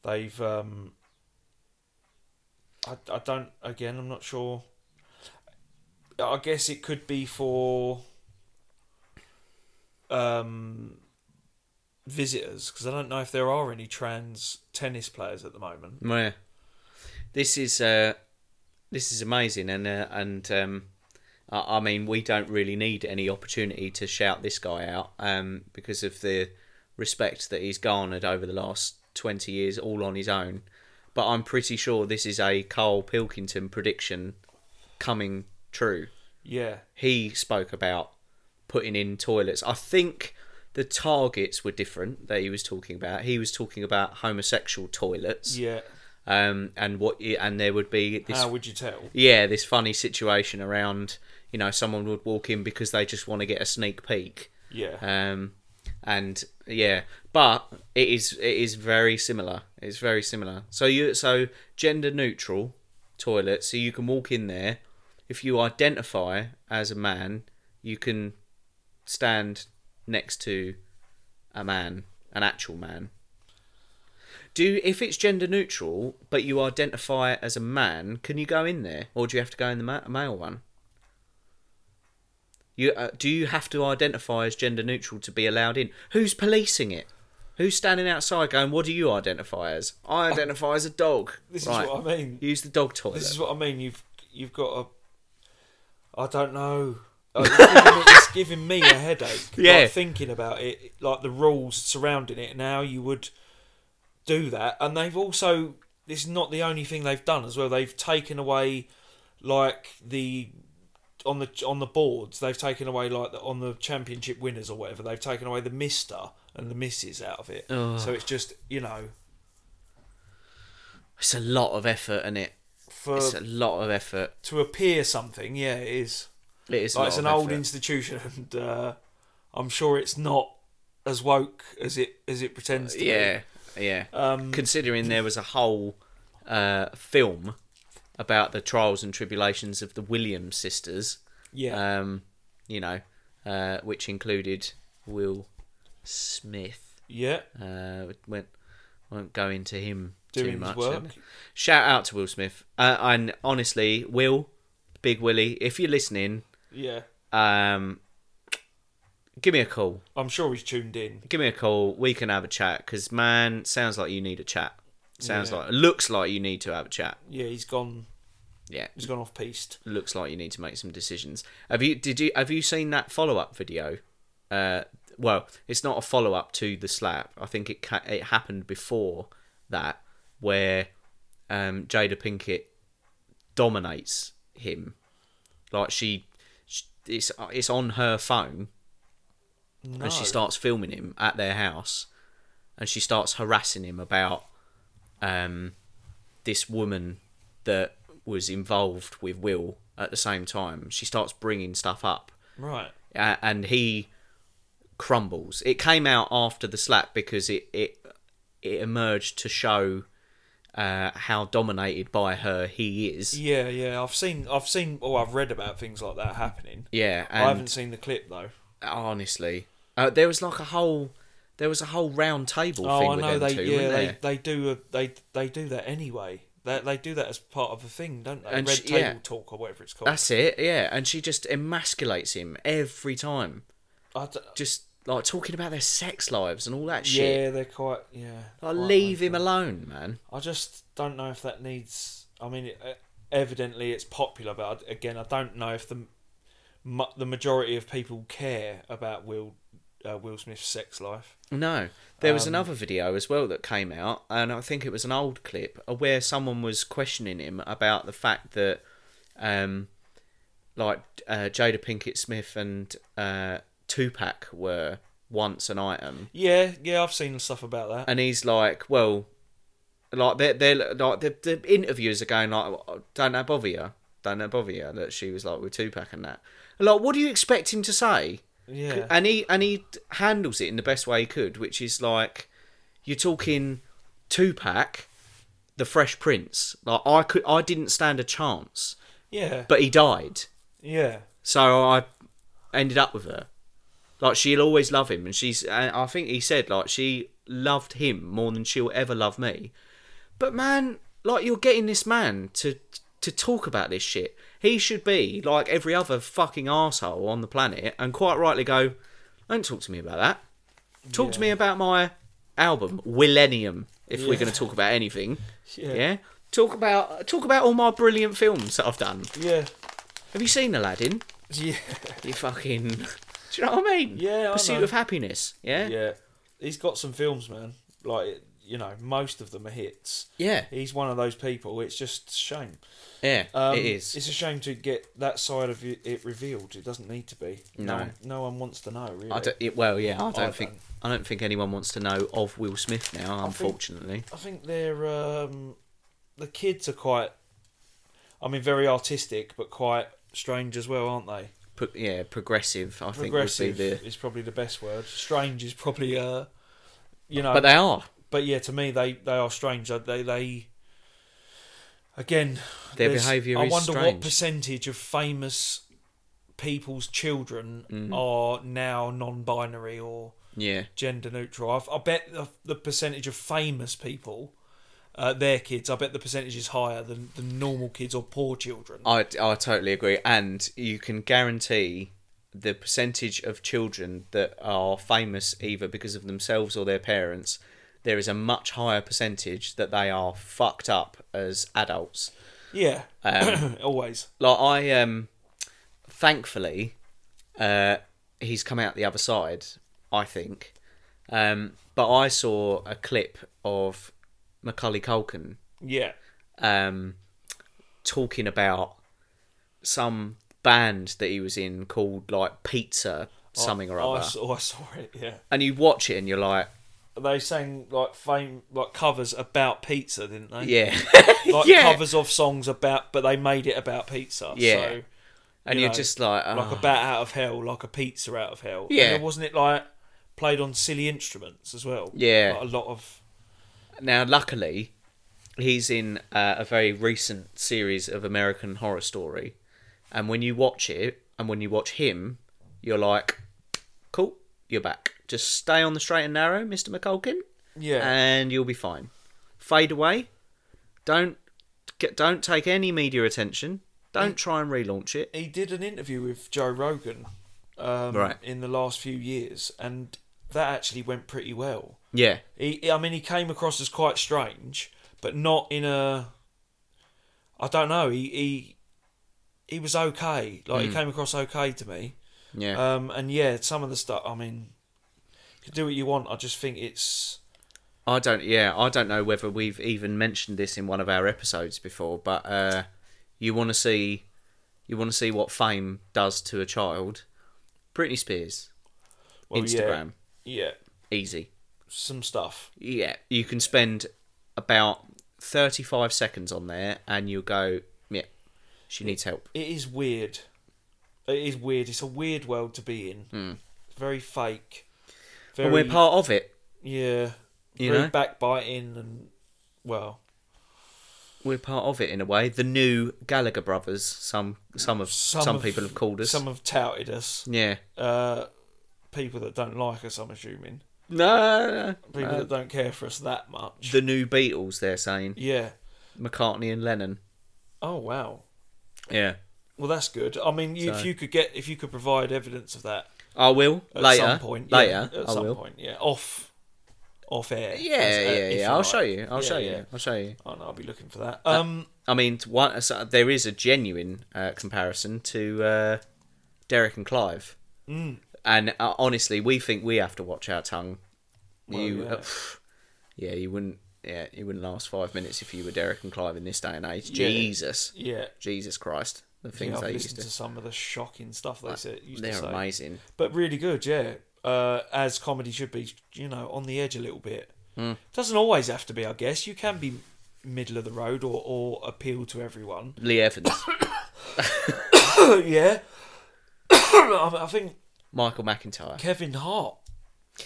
S1: they've. Um, I I don't again. I'm not sure. I guess it could be for. Um, visitors because I don't know if there are any trans tennis players at the moment.
S3: yeah. This is uh, this is amazing, and uh, and um, I, I mean, we don't really need any opportunity to shout this guy out um, because of the respect that he's garnered over the last twenty years, all on his own. But I'm pretty sure this is a Carl Pilkington prediction coming true.
S1: Yeah,
S3: he spoke about putting in toilets. I think the targets were different that he was talking about. He was talking about homosexual toilets,
S1: yeah.
S3: um, and what and there would be this
S1: How would you tell?
S3: yeah this funny situation around you know someone would walk in because they just want to get a sneak peek,
S1: Yeah,
S3: um, and yeah, but it is it is very similar. It's very similar. So you so gender neutral toilet. So you can walk in there. If you identify as a man, you can stand next to a man, an actual man. Do if it's gender neutral, but you identify as a man, can you go in there, or do you have to go in the ma- male one? You uh, do you have to identify as gender neutral to be allowed in? Who's policing it? Who's standing outside going, "What do you identify as?" I identify as a dog.
S1: Oh, this
S3: Right.
S1: is what I mean.
S3: Use the dog toilet.
S1: This is what I mean. You've you've got a I don't know. Uh, it's, giving me, it's giving me a headache.
S3: Yeah.
S1: Like, thinking about it, like the rules surrounding it, and how you would do that. And they've also, it's not the only thing they've done as well. They've taken away, like the on the on the boards, they've taken away like the, on the championship winners or whatever. They've taken away the Mister and the Misses out of it. So it's just you know
S3: It's a lot of effort, and it.
S1: for
S3: It's a lot of effort.
S1: to appear something. Yeah, it is.
S3: It is. a
S1: Like,
S3: lot
S1: it's
S3: of
S1: an old
S3: effort.
S1: institution, and uh, I'm sure it's not as woke as it as it pretends to
S3: Yeah, yeah.
S1: Um,
S3: Considering there was a whole uh, film about the trials and tribulations of the Williams sisters,
S1: be. Yeah,
S3: um, you know, uh, which included Will Smith.
S1: yeah,
S3: Uh, went won't go into him
S1: Doing
S3: too
S1: his
S3: much.
S1: work.
S3: Shout out to Will Smith. Uh, and honestly, Will, Big Willie, if you're listening,
S1: yeah.
S3: um, give me a call.
S1: I'm sure he's tuned in.
S3: give me a call. We can have a chat because man, sounds like you need a chat. Sounds
S1: Yeah.
S3: like looks like you need to have a chat.
S1: Yeah, he's gone.
S3: Yeah,
S1: He's gone off piste.
S3: looks like you need to make some decisions. Have you did you have you seen that follow up video? Uh, well, it's not a follow up to the slap. I think it ca- it happened before that where um, Jada Pinkett dominates him. Like she, sh it's it's on her phone,
S1: No.
S3: and she starts filming him at their house and she starts harassing him about um, this woman that was involved with will at the same time she starts bringing stuff up
S1: right.
S3: uh, and he crumbles it came out after the slap because it it, it emerged to show uh, how dominated by her he is
S1: Yeah, yeah. I've seen. I've seen. Oh, I've read about things like that happening.
S3: yeah
S1: I
S3: and
S1: haven't seen the clip though.
S3: honestly uh, there was like a whole there was a whole round table thing
S1: Oh, I
S3: with
S1: know
S3: them
S1: they.
S3: two,
S1: yeah,
S3: wasn't there?
S1: they, they do. A, they they do that anyway. They they do that as part of a thing, don't they?
S3: And
S1: Red
S3: she-
S1: table
S3: yeah.
S1: talk or whatever it's called.
S3: That's it, yeah. And she just emasculates him every time.
S1: I d-
S3: Just like talking about their sex lives and all that shit.
S1: yeah, they're quite. Yeah.
S3: Like,
S1: quite
S3: leave
S1: like
S3: him alone, man.
S1: I just don't know if that needs. I mean, e- evidently it's popular, but I- again, I don't know if the mu- the majority of people care about Will uh, Will Smith's sex life.
S3: No. There was another video as well that came out, and I think it was an old clip uh, where someone was questioning him about the fact that, um, like, uh, Jada Pinkett Smith and uh, Tupac were once an item.
S1: Yeah, yeah, I've seen stuff about that.
S3: and he's like, well, like they're, they're like the, the interviewers are going like, don't that bother you? Don't that bother you that she was like with Tupac and that? Like, what do you expect him to say?
S1: Yeah.
S3: And he and he handles it in the best way he could, which is like, you're talking Tupac, the Fresh Prince. Like I could, I didn't stand a chance,
S1: yeah,
S3: but he died,
S1: yeah,
S3: so I ended up with her. Like she'll always love him, and she's. And I think he said like she loved him more than she'll ever love me. But man, like you're getting this man to to talk about this shit. He should be like every other fucking asshole on the planet, and quite rightly go, don't talk to me about that. Talk to me about my album, Millennium. If we're going to talk about anything,
S1: Yeah.
S3: yeah. Talk about talk about all my brilliant films that I've done.
S1: yeah,
S3: Have you seen Aladdin?
S1: yeah,
S3: You fucking. Do you know what I mean?
S1: Yeah, I
S3: Pursuit
S1: know.
S3: of happiness. Yeah.
S1: yeah. He's got some films, man. Like you know, most of them are hits.
S3: Yeah.
S1: He's one of those people. It's just a shame.
S3: Yeah.
S1: Um,
S3: it is.
S1: It's a shame to get that side of it it revealed. It doesn't need to be.
S3: No.
S1: one, no one wants to know. Really.
S3: I don't, it, well, yeah. I don't
S1: I
S3: think.
S1: don't.
S3: I don't think anyone wants to know of Will Smith now. Unfortunately.
S1: I think they're um, the kids are quite. I mean, very artistic, but quite strange as well, aren't they?
S3: Pro- yeah. Progressive. I think would be
S1: Progressive
S3: the.
S1: is probably the best word. Strange is probably uh, you know.
S3: But they are.
S1: but yeah, to me, they they are strange. They they. they again,
S3: Their
S1: there's-
S3: behaviour
S1: I
S3: is
S1: wonder what
S3: strange.
S1: percentage of famous people's children
S3: Mm.
S1: are now non-binary or
S3: Yeah.
S1: gender neutral. I've, I bet the, the percentage of famous people, uh, their kids, I bet the percentage is higher than, than normal kids or poor children.
S3: I, I totally agree. And you can guarantee the percentage of children that are famous either because of themselves or their parents, there is a much higher percentage that they are fucked up as adults. um,
S1: yeah, always.
S3: Like I um thankfully, uh, he's come out the other side. I think, um, but I saw a clip of Macaulay Culkin
S1: Yeah.
S3: um, talking about some band that he was in called like Pizza something or
S1: Oh, I
S3: other,
S1: saw, I saw it. Yeah.
S3: and you watch it and you're like,
S1: They sang like fame, like covers about pizza, didn't they?
S3: yeah,
S1: Like
S3: Yeah.
S1: covers of songs about, but they made it about pizza.
S3: Yeah.
S1: So,
S3: and
S1: you
S3: you are
S1: know,
S3: just like, oh.
S1: like a bat out of hell, like a pizza out of hell.
S3: Yeah.
S1: And then wasn't it like played on silly instruments as well?
S3: Yeah.
S1: Like a lot of.
S3: Now, luckily, he's in uh, a very recent series of American Horror Story, and when you watch it, and when you watch him, you're like, "Cool, you're back. Just stay on the straight and narrow, Mister McCulkin,
S1: Yeah.
S3: and you'll be fine. Fade away. Don't get. Don't take any media attention. Don't try and relaunch it.
S1: he did an interview with Joe Rogan um,
S3: Right.
S1: in the last few years, and that actually went pretty well.
S3: Yeah,
S1: He, I mean, he came across as quite strange, but not in a. I don't know. He he, he was okay. Like he came across okay to me.
S3: Hmm. yeah.
S1: Um, and yeah, some of the stuff. I mean, you can do what you want. I just think it's.
S3: I don't. Yeah, I don't know whether we've even mentioned this in one of our episodes before, but uh, you want to see, you want to see what fame does to a child. Britney Spears,
S1: well, yeah,
S3: Instagram,
S1: Yeah,
S3: easy.
S1: some stuff.
S3: Yeah, you can spend about thirty-five seconds on there, and you'll go, yeah, she needs help.
S1: It is weird. It is weird. It's a weird world to be in. It's very fake. Very,
S3: and Hmm. we're part of it.
S1: Yeah.
S3: You
S1: very
S3: know?
S1: backbiting and well,
S3: We're part of it in a way. The new Gallagher brothers. Some some of some,
S1: of-
S3: people have called us.
S1: Some have touted us.
S3: yeah.
S1: Uh, people that don't like us, I'm assuming.
S3: No, no, no.
S1: People that don't care for us that much.
S3: Uh, The new Beatles. They're saying
S1: yeah.
S3: McCartney and Lennon.
S1: Oh wow.
S3: Yeah.
S1: Well, that's good. I mean, you if
S3: So-
S1: you could get, if you could provide evidence of that
S3: I will
S1: at
S3: later.
S1: some point, yeah,
S3: later,
S1: at
S3: I
S1: some
S3: will.
S1: point, yeah, off, off air. as-
S3: Yeah,
S1: uh,
S3: yeah,
S1: if you
S3: yeah. I'll
S1: like.
S3: show you. I'll
S1: Yeah,
S3: show you.
S1: yeah.
S3: I'll show you.
S1: Oh, no, I'll be looking for that. Um,
S3: I mean, t- one, so there is a genuine uh, comparison to uh, Derek and Clive, mm. and uh, honestly, we think we have to watch our tongue. you,
S1: yeah.
S3: uh, pff, yeah. you wouldn't. Yeah, you wouldn't last five minutes if you were Derek and Clive in this day and age.
S1: Yeah.
S3: Jesus,
S1: yeah,
S3: Jesus Christ, the
S1: yeah
S3: things
S1: I've
S3: they used
S1: listened to
S3: to.
S1: some of the shocking stuff they said. Used to
S3: They're
S1: say.
S3: amazing.
S1: but really good. Yeah, uh, as comedy should be, you know, on the edge a little bit.
S3: Hmm.
S1: Doesn't always have to be, I guess. You can be middle of the road or or appeal to everyone.
S3: Lee Evans,
S1: yeah, I I think
S3: Michael McIntyre.
S1: Kevin Hart to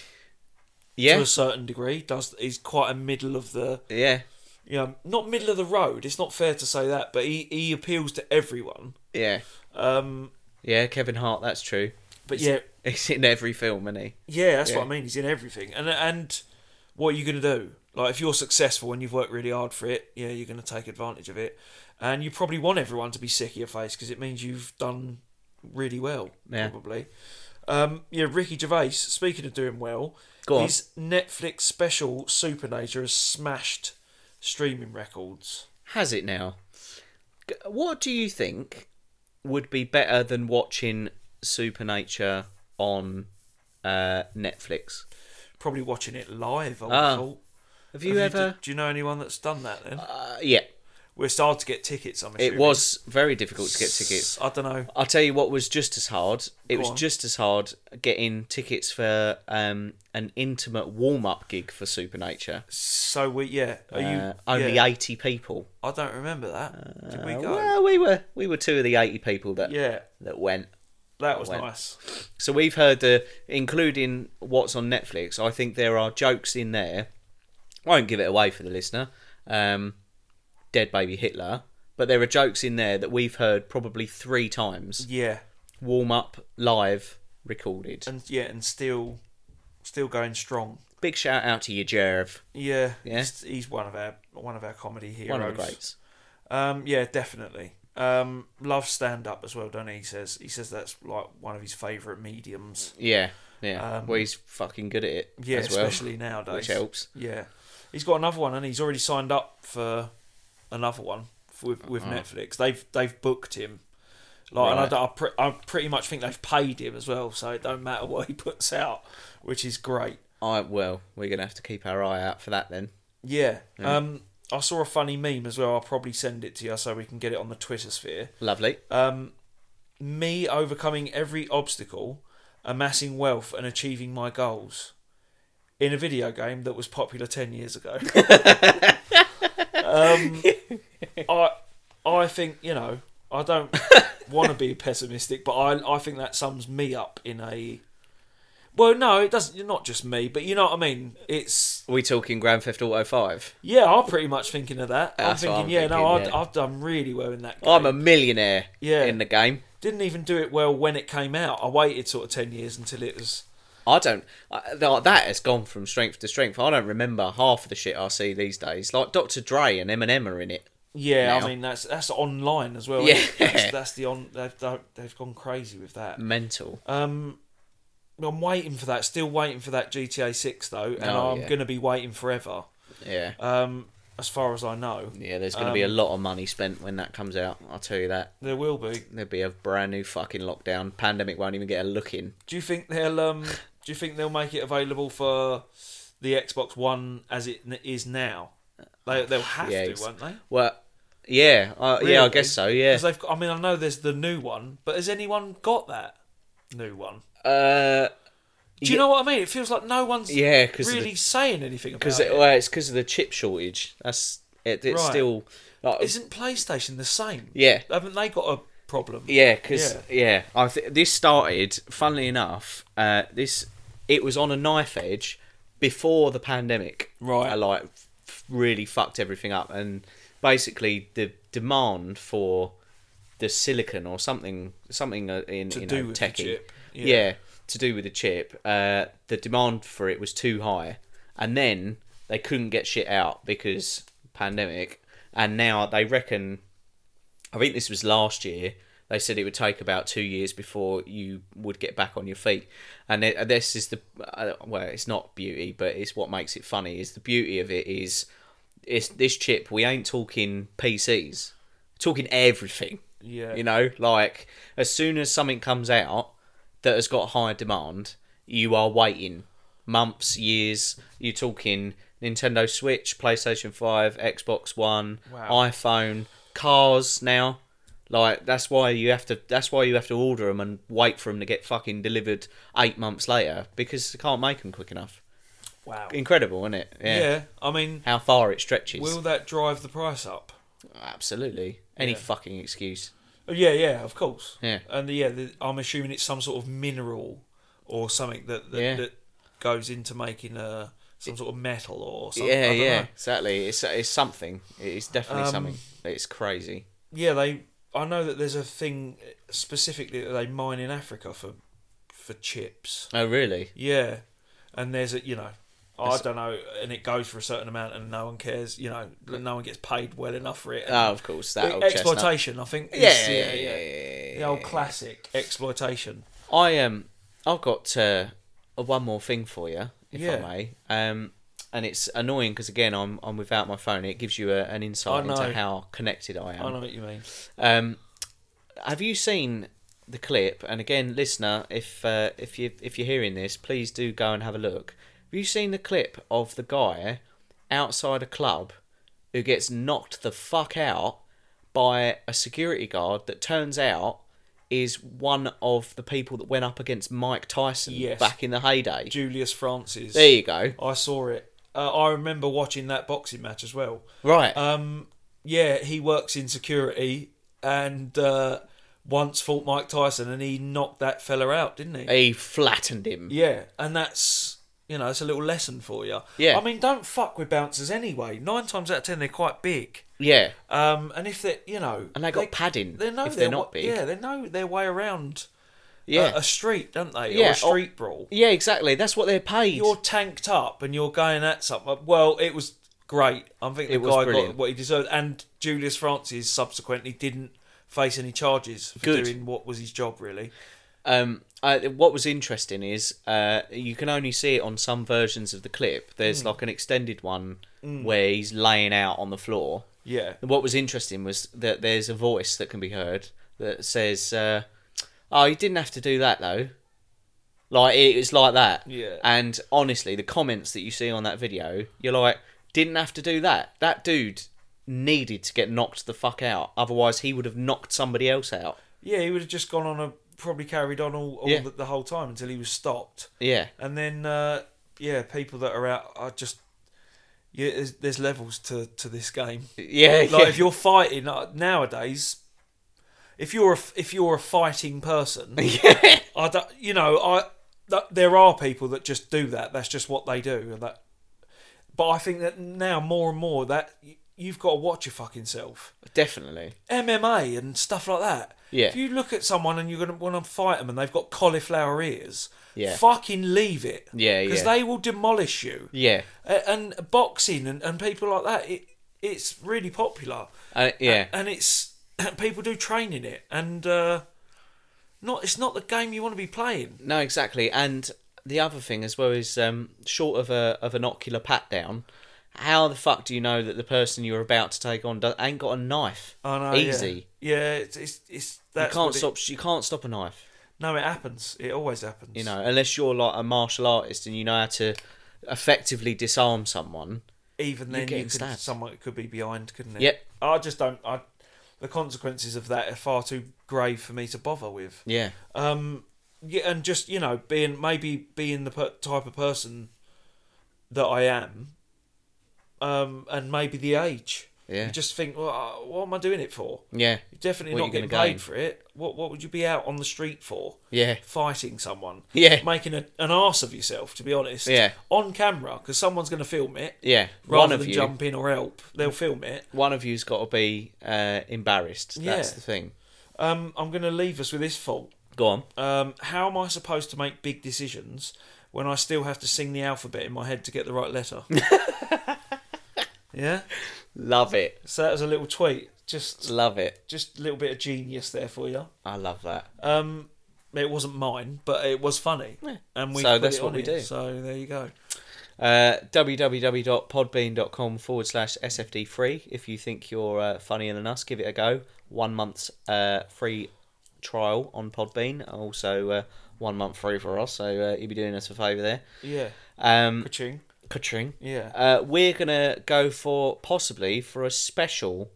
S3: Yeah,
S1: a certain degree does is quite a middle of the
S3: yeah,
S1: you know not middle of the road it's not fair to say that but he, he appeals to everyone
S3: yeah,
S1: um
S3: yeah. Kevin Hart. That's true.
S1: but yeah
S3: He's in every film, isn't he?
S1: yeah that's
S3: Yeah.
S1: what i mean he's in everything and and what are you going to do like if you're successful and you've worked really hard for it yeah you're going to take advantage of it and you probably want everyone to be sick of your face because it means you've done really well
S3: Yeah.
S1: probably um yeah ricky gervais speaking of doing well
S3: Go on.
S1: his netflix special supernature has smashed streaming records
S3: Has it now? G- What do you think would be better than watching Supernature on uh, Netflix?
S1: probably watching it live. I would
S3: Ah.
S1: have thought.
S3: Have
S1: Have
S3: you ever?
S1: Do, do you know anyone that's done that? Then
S3: Uh, yeah,
S1: well, it's hard to get tickets. I'm
S3: it
S1: assuming.
S3: was very difficult to get tickets.
S1: I don't know.
S3: I'll tell you what was just as hard. It was
S1: on.
S3: just as hard getting tickets for um, an intimate warm-up gig for Supernature.
S1: So we yeah. Are you
S3: Uh, only
S1: yeah.
S3: eighty people.
S1: I don't remember that. Did we
S3: Uh,
S1: go?
S3: well, we were we were two of the eighty people that
S1: yeah,
S3: that went.
S1: that was
S3: went.
S1: nice.
S3: So we've heard the, including what's on Netflix. I think there are jokes in there. I won't give it away for the listener. Um, Dead baby Hitler, but there are jokes in there that we've heard probably three times.
S1: Yeah,
S3: Warm up, live, recorded.
S1: and yeah, and still, still going strong.
S3: Big shout out to you, Jerv,
S1: Yeah,
S3: Yeah.
S1: He's, he's one of our one of our comedy heroes.
S3: one of the greats.
S1: Um, yeah, definitely. Um, loves stand up as well, don't he? He says he says that's like one of his favourite mediums.
S3: Yeah, yeah.
S1: Um,
S3: well, he's fucking good at it.
S1: Yeah,
S3: as well,
S1: especially nowadays.
S3: which helps.
S1: Yeah, he's got another one, and he's already signed up for another one f- with with Netflix. They've they've booked him, Like, and I,
S3: Uh-huh. Right.
S1: don't- I, pre- I pretty much think they've paid him as well, so it don't matter what he puts out, which is great.
S3: I well, we're gonna have to keep our eye out for that then.
S1: Yeah. Um, I saw a funny meme as well. I'll probably send it to you so we can get it on the Twitter sphere.
S3: Lovely.
S1: Uh, Me overcoming every obstacle, amassing wealth, and achieving my goals in a video game that was popular 10 years ago. um, I, I think, you know, I don't want to be pessimistic, but I, I think that sums me up in a. Well, no, it doesn't. Not just me, but you know what I mean. It's
S3: Are we talking Grand Theft Auto Five?
S1: yeah, I'm pretty much thinking of that.
S3: That's
S1: I'm
S3: what
S1: thinking,
S3: I'm
S1: yeah, no,
S3: thinking,
S1: I'd,
S3: yeah.
S1: I've done really well in that. Game.
S3: I'm a millionaire
S1: Yeah.
S3: in the game.
S1: didn't even do it well when it came out. I waited sort of ten years until it was.
S3: I don't. I, like, that has gone from strength to strength. I don't remember half of the shit I see these days. Like Dr. Dre and Eminem are in it.
S1: Yeah,
S3: Now.
S1: I mean that's that's online as well.
S3: Yeah.
S1: isn't it? that's, that's the on. They've done- they've gone crazy with that.
S3: Mental.
S1: Uh, I'm waiting for that. Still waiting for that GTA Six though, and
S3: Oh,
S1: I'm
S3: yeah.
S1: gonna be waiting forever.
S3: yeah.
S1: Um, as far as I know,
S3: yeah. There's going to be
S1: um,
S3: a lot of money spent when that comes out. I'll tell you that.
S1: there will be.
S3: There'll be a brand new fucking lockdown. Pandemic won't even get a look in.
S1: Do you think they'll um? Do you think they'll make it available for the Xbox One as it n- is now? They they'll have
S3: Oh, Yeah,
S1: to,
S3: ex-
S1: won't they?
S3: Well, yeah. Uh, Yeah, I
S1: Really?
S3: guess so. Yeah.
S1: 'Cause they've got- I mean, I know there's the new one, but has anyone got that new one?
S3: Uh,
S1: Do you know what I mean? It feels like no one's
S3: yeah, because
S1: really saying anything about
S3: because
S1: it.
S3: well, it's because of the chip shortage. That's it, it's
S1: Oh, Right.
S3: still like,
S1: Isn't PlayStation the same?
S3: yeah.
S1: Haven't they got a problem?
S3: Yeah, because
S1: Yeah.
S3: yeah. I th- this started. Funnily enough, uh, this it was on a knife edge before the pandemic.
S1: Right.
S3: I, like f- really fucked everything up, and basically the demand for the silicon or something, something uh, in
S1: To
S3: you
S1: do
S3: know,
S1: with the
S3: techie,
S1: chip, yeah.
S3: Yeah. to do with the chip. Uh, the demand for it was too high, and then they couldn't get shit out because pandemic, and now they reckon I think this was last year. They said it would take about two years before you would get back on your feet, and it, this is the uh, well, it's not beauty, but it's what makes it funny. Is the beauty of it is, it's this chip. We ain't talking PCs, We're talking everything.
S1: Yeah.
S3: you know, like as soon as something comes out that has got high demand, you are waiting months, years. You're talking Nintendo Switch, PlayStation Five, Xbox One,
S1: Wow.
S3: iPhone, cars now. Like that's why you have to. That's why you have to order them and wait for them to get fucking delivered eight months later because they can't make them quick enough.
S1: Wow.
S3: Incredible, isn't it?
S1: Yeah.
S3: Yeah.
S1: I mean,
S3: How far it stretches.
S1: will that drive the price up?
S3: Absolutely. Any
S1: Yeah.
S3: fucking excuse.
S1: Oh, Yeah, yeah, of course.
S3: Yeah.
S1: And the, yeah, the, I'm assuming it's some sort of mineral or something that that,
S3: Yeah.
S1: that goes into making a some sort of metal or something. I
S3: yeah,
S1: don't
S3: yeah.
S1: know.
S3: Exactly. It's it's something. It's definitely
S1: Um,
S3: something. It's crazy.
S1: Yeah, they. I know that there's a thing specifically that they mine in Africa for for chips.
S3: Oh really?
S1: Yeah, and there's a you know. I
S3: That's-
S1: don't know, and it goes for a certain amount, and no one cares. You know, no one gets paid well enough for it. and
S3: Oh, of course.
S1: the
S3: That old chestnut.
S1: exploitation, I think. is-
S3: Yeah, yeah, yeah,
S1: The old classic exploitation.
S3: I um, I've got uh, uh, one more thing for you, if
S1: Yeah.
S3: I may. Um, and it's annoying because again, I'm I'm without my phone. It gives you a, an insight
S1: I know.
S3: into how connected I am.
S1: I know what you mean.
S3: Um, have you seen the clip? And again, listener, if uh, if you if you're hearing this, please do go and have a look. Have you seen the clip of the guy outside a club who gets knocked the fuck out by a security guard that turns out is one of the people that went up against Mike Tyson
S1: Yes.
S3: back in the heyday?
S1: Julius Francis.
S3: There you go.
S1: I saw it. Uh, I remember watching that boxing match as well.
S3: Right.
S1: Um, yeah, he works in security and uh, once fought Mike Tyson and he knocked that fella out, didn't he?
S3: he flattened him.
S1: Yeah, and that's you know that's a little lesson for you.
S3: Yeah.
S1: I mean, don't fuck with bouncers anyway. Nine times out of ten, they're quite big.
S3: Yeah.
S1: Um, and if they, you know,
S3: And they got padding
S1: They know
S3: if
S1: their
S3: they're not
S1: wa-
S3: big.
S1: Yeah, they know their way around.
S3: Yeah.
S1: A, a street, don't they? Or
S3: Yeah,
S1: a street brawl.
S3: yeah, exactly. That's what they're paid.
S1: You're tanked up and you're going at something. Well, it was great. I think the
S3: It was
S1: guy got
S3: brilliant.
S1: what he deserved, and Julius Francis subsequently didn't face any charges for
S3: Good.
S1: doing what was his job really.
S3: Um, I, what was interesting is uh, you can only see it on some versions of the clip. There's
S1: Hmm.
S3: like an extended one where he's laying out on the floor.
S1: Yeah.
S3: And What was interesting was that there's a voice that can be heard that says, uh, "Oh, you didn't have to do that though." Like it was like that.
S1: Yeah.
S3: And honestly, the comments that you see on that video, you're like, "Didn't have to do that." That dude needed to get knocked the fuck out. Otherwise, he would have knocked somebody else out.
S1: Yeah, he would have just gone on a probably carried on all, all
S3: Yeah.
S1: the, the whole time until he was stopped.
S3: Yeah.
S1: And then, uh, yeah, people that are out are just. Yeah, there's, there's levels to, to this game.
S3: Yeah.
S1: Like
S3: yeah.
S1: if you're fighting uh, nowadays, if you're a, if you're a fighting person, I don't, you know, I th- there are people that just do that. That's just what they do, and that. But I think that now more and more that y- you've got to watch your fucking self.
S3: Definitely.
S1: MMA and stuff like that.
S3: Yeah.
S1: If you look at someone and you're going to want to fight them and they've got cauliflower ears,
S3: Yeah.
S1: fucking leave it.
S3: Yeah,
S1: Because
S3: yeah.
S1: they will demolish you.
S3: Yeah.
S1: A- And boxing and, and people like that, it it's really popular.
S3: Uh, yeah.
S1: A- And it's people do train in it and uh, not it's not the game you want to be playing.
S3: No, exactly. And the other thing as well is, um, short of a of an ocular pat down, how the fuck do you know that the person you're about to take on do- ain't got a knife?
S1: I know. yeah.
S3: Easy.
S1: Yeah, it's it's, it's that's
S3: you can't
S1: what it-
S3: stop. you can't stop a knife.
S1: no, it happens. It always happens.
S3: You know, unless you're like a martial artist and you know how to effectively disarm someone.
S1: even then you
S3: getting
S1: could
S3: stabbed.
S1: someone could be behind, couldn't it?
S3: Yep.
S1: I just don't. I the consequences of that are far too grave for me to bother with.
S3: Yeah.
S1: Um. Yeah, and just you know, being maybe being the per- type of person that I am. Um, and maybe the age.
S3: Yeah.
S1: You just think, well, uh, what am I doing it for?
S3: Yeah.
S1: You're definitely not
S3: What you gonna
S1: getting paid
S3: gain?
S1: for it. What What would you be out on the street for?
S3: Yeah.
S1: Fighting someone.
S3: Yeah.
S1: Making a, an arse of yourself, to be honest.
S3: Yeah.
S1: On camera, because someone's going to film it.
S3: Yeah.
S1: Rather
S3: one of
S1: than
S3: you.
S1: jump in or help, they'll film it.
S3: One of you's got to be uh, embarrassed. That's
S1: Yeah.
S3: the thing.
S1: Um, I'm going to leave us with this fault.
S3: Go on.
S1: Um, how am I supposed to make big decisions when I still have to sing the alphabet in my head to get the right letter? yeah.
S3: Love it.
S1: So that was a little tweet. Just,
S3: Love it.
S1: just a little bit of genius there for you.
S3: I love that.
S1: Um, it wasn't mine, but it was funny, and we
S3: So
S1: put
S3: that's
S1: it
S3: what
S1: on
S3: we
S1: here.
S3: do.
S1: So there you go.
S3: Uh, www.podbean.com forward slash SFD free. If you think you're uh, funnier than us, give it a go. One month's uh, free trial on Podbean. Also, uh, one month free for us. So uh, you'll be doing us a favour there.
S1: Yeah,
S3: Um,
S1: Ka-ching.
S3: Katrin.
S1: Yeah.
S3: Uh, we're going to go for possibly for a special,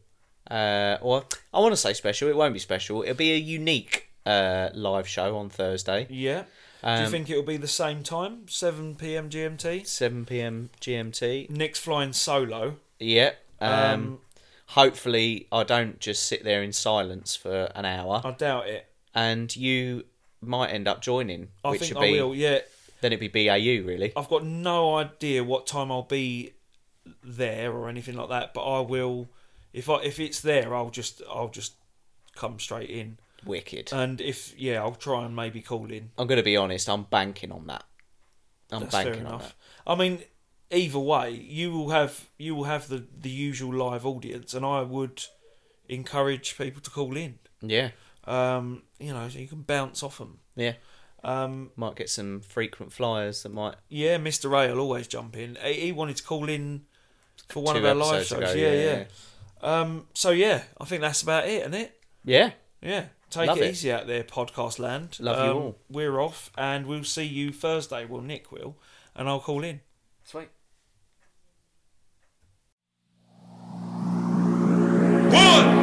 S3: uh, or I want to say special. It won't be special. It'll be a unique uh, live show on Thursday,
S1: yeah.
S3: um,
S1: Do you think it'll be the same time, seven p.m. GMT?
S3: 7 p.m. GMT.
S1: Nick's flying solo.
S3: Yeah. Um,
S1: Um,
S3: hopefully, I don't just sit there in silence for an hour,
S1: I doubt it.
S3: and you might end up joining,
S1: I
S3: which
S1: think
S3: would
S1: I
S3: be
S1: will. Yeah,
S3: then it'd be BAU really.
S1: I've got no idea what time I'll be there or anything like that, but I will. If I if it's there, I'll just I'll just come straight in.
S3: Wicked.
S1: And if yeah, I'll try and maybe call in.
S3: I'm gonna be honest. I'm banking on that. I'm
S1: That's fair
S3: banking on that.
S1: enough. I mean, either way, you will have you will have the the usual live audience, and I would encourage people to call in.
S3: Yeah.
S1: Um, you know, so you can bounce off them.
S3: Yeah.
S1: Um,
S3: Might get some frequent flyers that might.
S1: yeah, Mister Ray will always jump in. He he wanted to call in for one
S3: two
S1: of our live
S3: episodes
S1: shows.
S3: ago,
S1: yeah,
S3: yeah,
S1: yeah, Um, so yeah, I think that's about it, isn't it?
S3: Yeah.
S1: Yeah. Take
S3: Love
S1: it,
S3: it.
S1: easy out there, podcast land. Um,
S3: Love you all.
S1: We're off, and we'll see you Thursday. Well, Nick will, and I'll call in.
S3: Sweet.
S2: One,